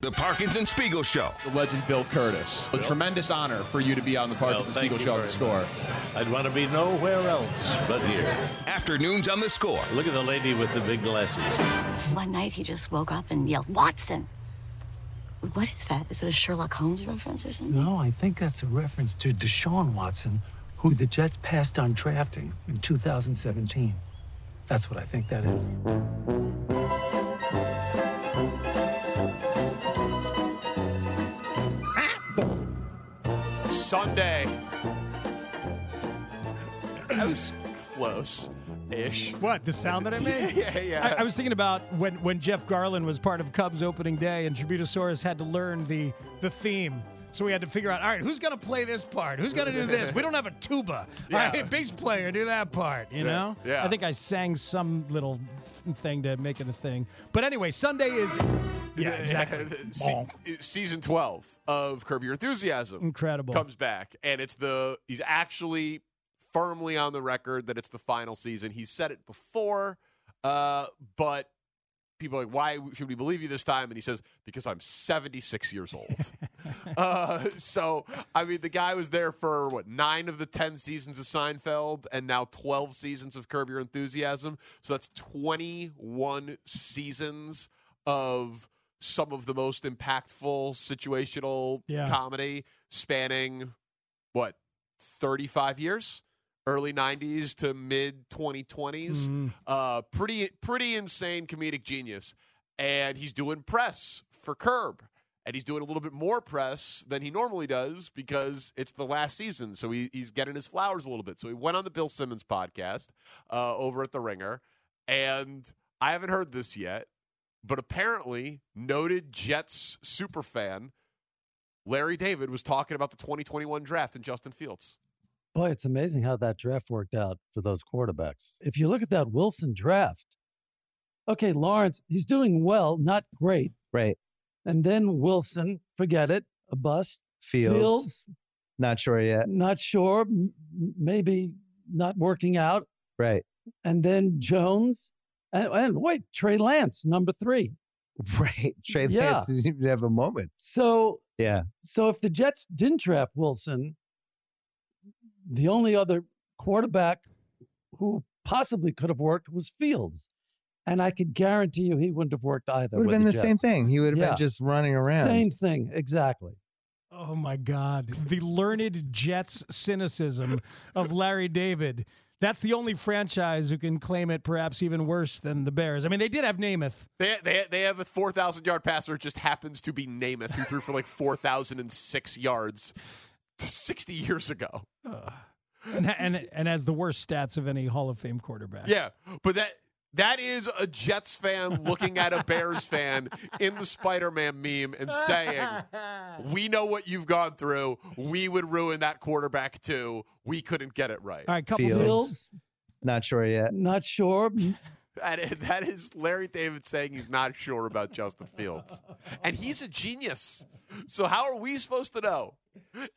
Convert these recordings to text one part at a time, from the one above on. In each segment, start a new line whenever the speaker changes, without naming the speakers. The Parkinson Spiegel Show.
the legend Bill Curtis. A tremendous honor for you to be on the Parkinson
thank
Spiegel
you
Show at
very
the score.
I'd want to be nowhere else but here.
Afternoons on the score.
Look at the lady with the big glasses.
One night he just woke up and yelled, Watson! What is that? Is it a Sherlock Holmes reference or something?
No, I think that's a reference to Deshaun Watson, who the Jets passed on drafting in 2017. That's what I think that is.
Sunday. That was close ish.
What the sound that I made?
Yeah, yeah.
I, I was thinking about when, when Jeff Garland was part of Cubs opening day, and Tributosaurus had to learn the the theme. So we had to figure out, all right, who's going to play this part? Who's going to do this? We don't have a tuba.
Yeah.
All right, bass player, do that part. You know?
yeah.
I think I sang some little th- thing to make it a thing. But anyway, Sunday is. Yeah, exactly.
Se- season 12 of Curb Your Enthusiasm
Incredible.
comes back, and it's the he's actually firmly on the record that it's the final season. He said it before, uh, but people are like, why should we believe you this time? And he says, because I'm 76 years old. uh, so I mean, the guy was there for what nine of the 10 seasons of Seinfeld, and now 12 seasons of Curb Your Enthusiasm. So that's 21 seasons of some of the most impactful situational
Yeah.
comedy spanning what 35 years early 90s to mid 2020s uh pretty pretty insane comedic genius and he's doing press for curb and he's doing a little bit more press than he normally does because it's the last season so he, he's getting his flowers a little bit so he went on the bill simmons podcast uh, over at the ringer and i haven't heard this yet but apparently noted jets superfan Larry David was talking about the 2021 draft and Justin Fields.
Boy, it's amazing how that draft worked out for those quarterbacks. If you look at that Wilson draft, okay, Lawrence, he's doing well, not great.
Right.
And then Wilson, forget it, a bust.
Fields. Not sure yet.
not sure, m- m- maybe not working out.
Right.
And then Jones, and, and wait, Trey Lance, number three.
Right. Trey
Yeah.
Lance didn't even have a moment.
So
Yeah.
So if the Jets didn't draft Wilson, the only other quarterback who possibly could have worked was Fields. And I could guarantee you he wouldn't have worked either.
It would
with
have been the same
Jets.
thing. He would have
Yeah.
been just running around.
Same thing, exactly.
Oh my God. The learned Jets cynicism of Larry David. That's the only franchise who can claim it perhaps even worse than the Bears. I mean, they did have Namath.
They, they, they have a 4,000 yard passer. It just happens to be Namath, who threw for like 4,006 yards 60 years ago.
and, and and has the worst stats of any Hall of Fame quarterback.
Yeah, but that that is a Jets fan looking at a Bears fan in the Spider Man meme and saying, We know what you've gone through. We would ruin that quarterback too. We couldn't get it right.
All right, couple
Fields.
Fields.
Fields,
Not sure yet.
not sure. m-
That is, that is Larry David saying he's not sure about Justin Fields. And he's a genius. So how are we supposed to know?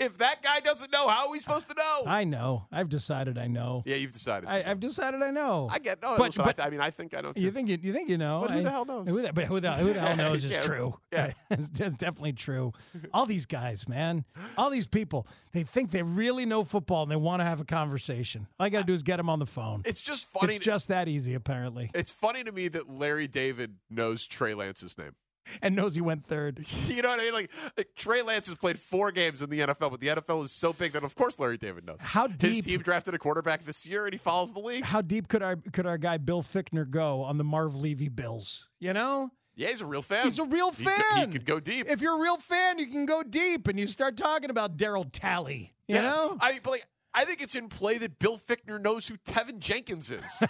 If that guy doesn't know, how are
Mm.
we supposed to know?
I know. I've decided. I know.
yeah, you've decided.
I,
I,
I've decided. I know.
get oh, no.
But-
listen, I,
but-
th- I mean, I think I know too.
you think you, you think you know?
But who the
I-
hell knows?
Who the, but who the, who the hell knows is
Yeah,
true.
yeah.
it's, it's definitely true. All these guys, man, all these people, they think they really know football and they want to have a conversation. All you got to do is get them on the phone.
it's just funny.
It's just that easy, apparently,
it's funny to me that Larry David knows Trey Lance's name.
and knows he went third.
You know what I mean? Like, like Trey Lance has played four games in the NFL, but the NFL is so big that of course Larry David knows.
How
His
deep-
team drafted a quarterback this year, and he follows the league.
How deep could our could our guy Bill Fickner go on the Marv Levy Bills? You know,
Yeah, he's a real fan.
He's a real
He could-
fan.
He could, go deep.
If you're a real fan, you can go deep and you start talking about Daryl Tally. You know?
I mean, but like, I think it's in play that Bill Fickner knows who Tevin Jenkins is.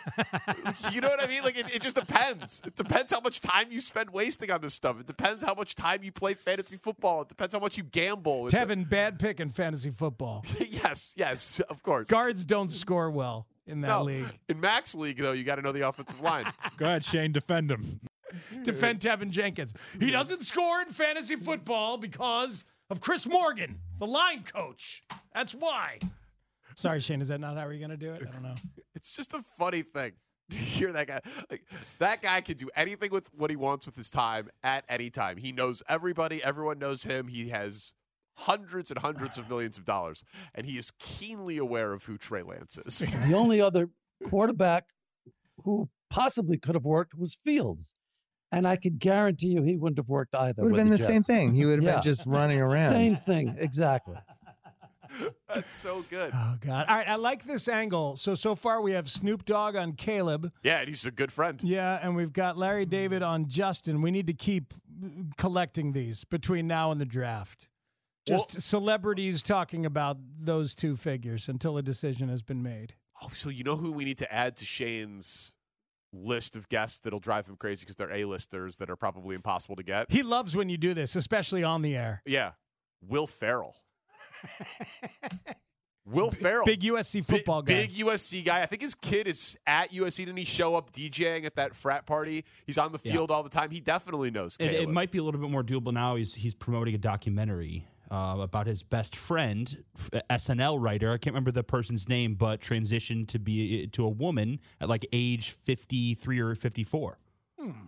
you know what I mean? Like it, it just depends. It depends how much time you spend wasting on this stuff. It depends how much time you play fantasy football. It depends how much you gamble. It de-
Tevin, bad pick in fantasy football.
yes, yes, of course.
Guards don't score well in that
No.
league.
In Max League, though, you got to know the offensive line.
Go ahead, Shane. Defend him.
Defend Tevin Jenkins. He doesn't score in fantasy football because of Chris Morgan, the line coach. That's why. Sorry, Shane. Is that not how you're going to do it? I don't know.
It's just a funny thing. You hear that guy? Like, that guy can do anything with what he wants with his time at any time. He knows everybody. Everyone knows him. He has hundreds and hundreds of millions of dollars, and he is keenly aware of who Trey Lance is.
The only other quarterback who possibly could have worked was Fields. And I could guarantee you he wouldn't have worked either.
would have
with
been the
Jets.
same thing. He would have
Yeah.
been just running around.
Same thing, exactly.
That's so good.
Oh God! All right, I like this angle. So so far we have Snoop Dogg on Caleb,
Yeah, and he's a good friend.
yeah, and we've got Larry David on Justin. We need to keep mm, collecting these between now and the draft. Just
Well-
celebrities talking about those two figures until a decision has been made.
Oh, so you know who we need to add to Shane's list of guests that'll drive him crazy because they're A-listers that are probably impossible to get?
He loves when you do this, especially on the air.
Yeah, Will Farrell. Will Farrell.
Big USC
Bi-
football guy.
Big USC guy. I think his kid is at USC. Didn't he show up DJing at that frat party? He's on the
Yeah.
field all the time. He definitely knows
It,
Caleb.
it might be a little bit more doable now. He's he's promoting a documentary uh, about his best friend, f- SNL writer. I can't remember the person's name, but transitioned to be to a woman at like age fifty three or fifty four.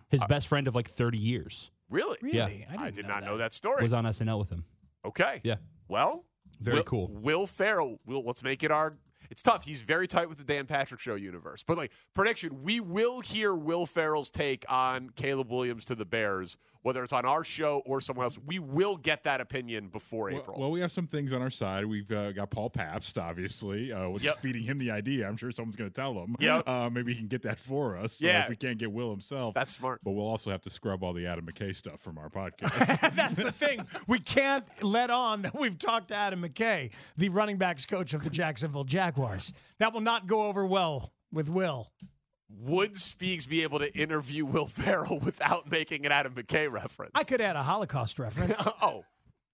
His best friend of like thirty years
Hmm. Uh, really?
really?
yeah.
I, didn't
I did not know that story.
was on SNL with him.
okay.
Yeah,
Well,
very
Will-
cool.
Will Farrell. Will, let's make it our. It's tough. He's very tight with the Dan Patrick Show universe. But like prediction, we will hear Will Farrell's take on Caleb Williams to the Bears, whether it's on our show or someone else. We will get that opinion before
Well,
April.
well, we have some things on our side. We've uh, got Paul Pabst, obviously, uh, which
Yep.
is feeding him the idea. I'm sure someone's going to tell him.
Yep.
Uh, maybe he can get that for us. uh,
Yeah.
if we can't get Will himself.
That's smart.
But we'll also have to scrub all the Adam McKay stuff from our podcast.
That's the thing. We can't let on that we've talked to Adam McKay, the running backs coach of the Jacksonville Jaguars. That will not go over well with Will.
Would Speaks be able to interview Will Farrell without making an Adam McKay reference?
I could add a Holocaust reference
oh,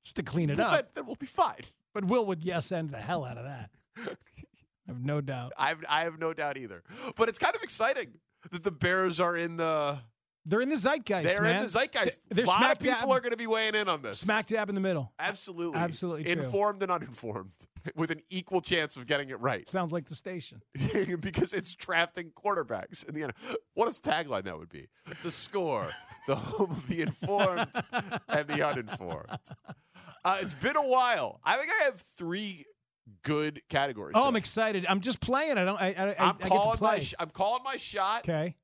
just to clean it
well,
up,
then, then we'll be fine.
but Will would yes end the hell out of that. I have no doubt.
I've, I have no doubt either. But it's kind of exciting that the Bears are in the
They're in the zeitgeist.
they're in
man.
the zeitgeist.
They're
a lot
smack
of people
dab,
are going to be weighing in on this.
smack dab in the middle.
Absolutely,
Absolutely true.
informed and uninformed, with an equal chance of getting it right,
Sounds like the station.
because it's drafting quarterbacks in the end. What a tagline that would be! The score, the home of the informed and the uninformed. Uh, it's been a while. I think I have three good categories.
Oh,
today.
I'm excited. I'm just playing. I don't. I, I, I- I
I'm
get to
calling my
play.
sh- I'm calling my shot.
okay.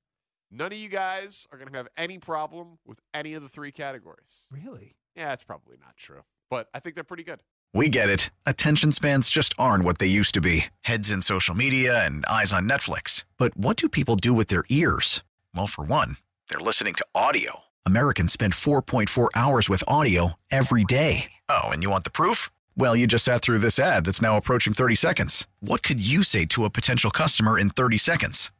None of you guys are going to have any problem with any of the three categories.
Really?
Yeah, that's probably not true, but I think they're pretty good.
We get it. Attention spans just aren't what they used to be heads in social media and eyes on Netflix. But what do people do with their ears? Well, for one, they're listening to audio. Americans spend 4.4 hours with audio every day. Oh, and you want the proof? Well, you just sat through this ad that's now approaching 30 seconds. What could you say to a potential customer in 30 seconds?